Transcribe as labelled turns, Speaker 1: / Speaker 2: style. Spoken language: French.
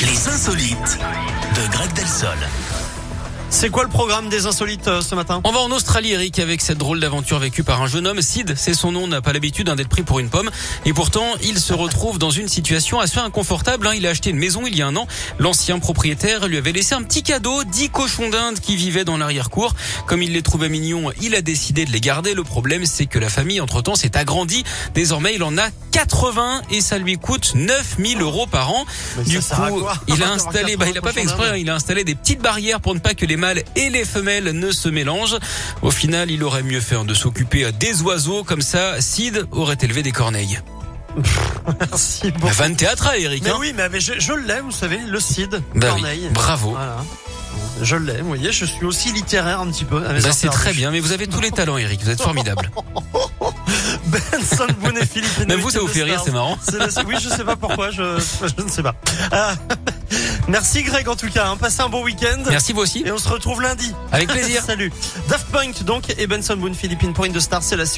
Speaker 1: Les insolites de Greg Delsol.
Speaker 2: C'est quoi le programme des insolites euh, ce matin
Speaker 3: On va en Australie, Eric, avec cette drôle d'aventure vécue par un jeune homme. Sid, c'est son nom, n'a pas l'habitude hein, d'être pris pour une pomme. Et pourtant, il se retrouve dans une situation assez inconfortable. hein. Il a acheté une maison il y a un an. L'ancien propriétaire lui avait laissé un petit cadeau, 10 cochons d'Inde qui vivaient dans l'arrière-cour. Comme il les trouvait mignons, il a décidé de les garder. Le problème, c'est que la famille, entre-temps, s'est agrandie. Désormais, il en a 80 et ça lui coûte 9000 euros par an.
Speaker 2: Mais
Speaker 3: Du
Speaker 2: ça sert à
Speaker 3: coup,
Speaker 2: quoi
Speaker 3: il a
Speaker 2: d'avoir
Speaker 3: installé, bah, il a pas
Speaker 2: 80
Speaker 3: fait exprès,
Speaker 2: cochons
Speaker 3: hein, il a installé des petites barrières pour ne pas que les mâles et les femelles ne se mélangent. Au final, il aurait mieux fait hein, de s'occuper des oiseaux, comme ça, Sid aurait élevé des corneilles.
Speaker 2: Merci
Speaker 3: La
Speaker 2: beaucoup.
Speaker 3: vanne théâtrale, Eric.
Speaker 2: Mais
Speaker 3: hein.
Speaker 2: oui, mais mais je, je l'ai, vous savez, le Cid,
Speaker 3: Bah oui,
Speaker 2: Corneille.
Speaker 3: bravo.
Speaker 2: Voilà. Je l'ai, vous voyez, je suis aussi littéraire un petit peu. à mes
Speaker 3: Bah, c'est
Speaker 2: heures
Speaker 3: très
Speaker 2: perdues.
Speaker 3: bien, mais vous avez tous les talents, Eric. Vous êtes formidable.
Speaker 2: Benson Boone et Philippe Inouï,
Speaker 3: Même vous, ça vous
Speaker 2: The
Speaker 3: fait rire,
Speaker 2: Stars.
Speaker 3: c'est marrant.
Speaker 2: C'est la- Oui, je sais pas pourquoi, je, je ne sais pas. Ah, merci Greg en tout cas, hein. passez un bon week-end.
Speaker 3: Merci, vous aussi.
Speaker 2: Et on se retrouve lundi.
Speaker 3: Avec plaisir.
Speaker 2: Salut. Daft Punk donc et Benson Boone Philippine Point de Star, c'est la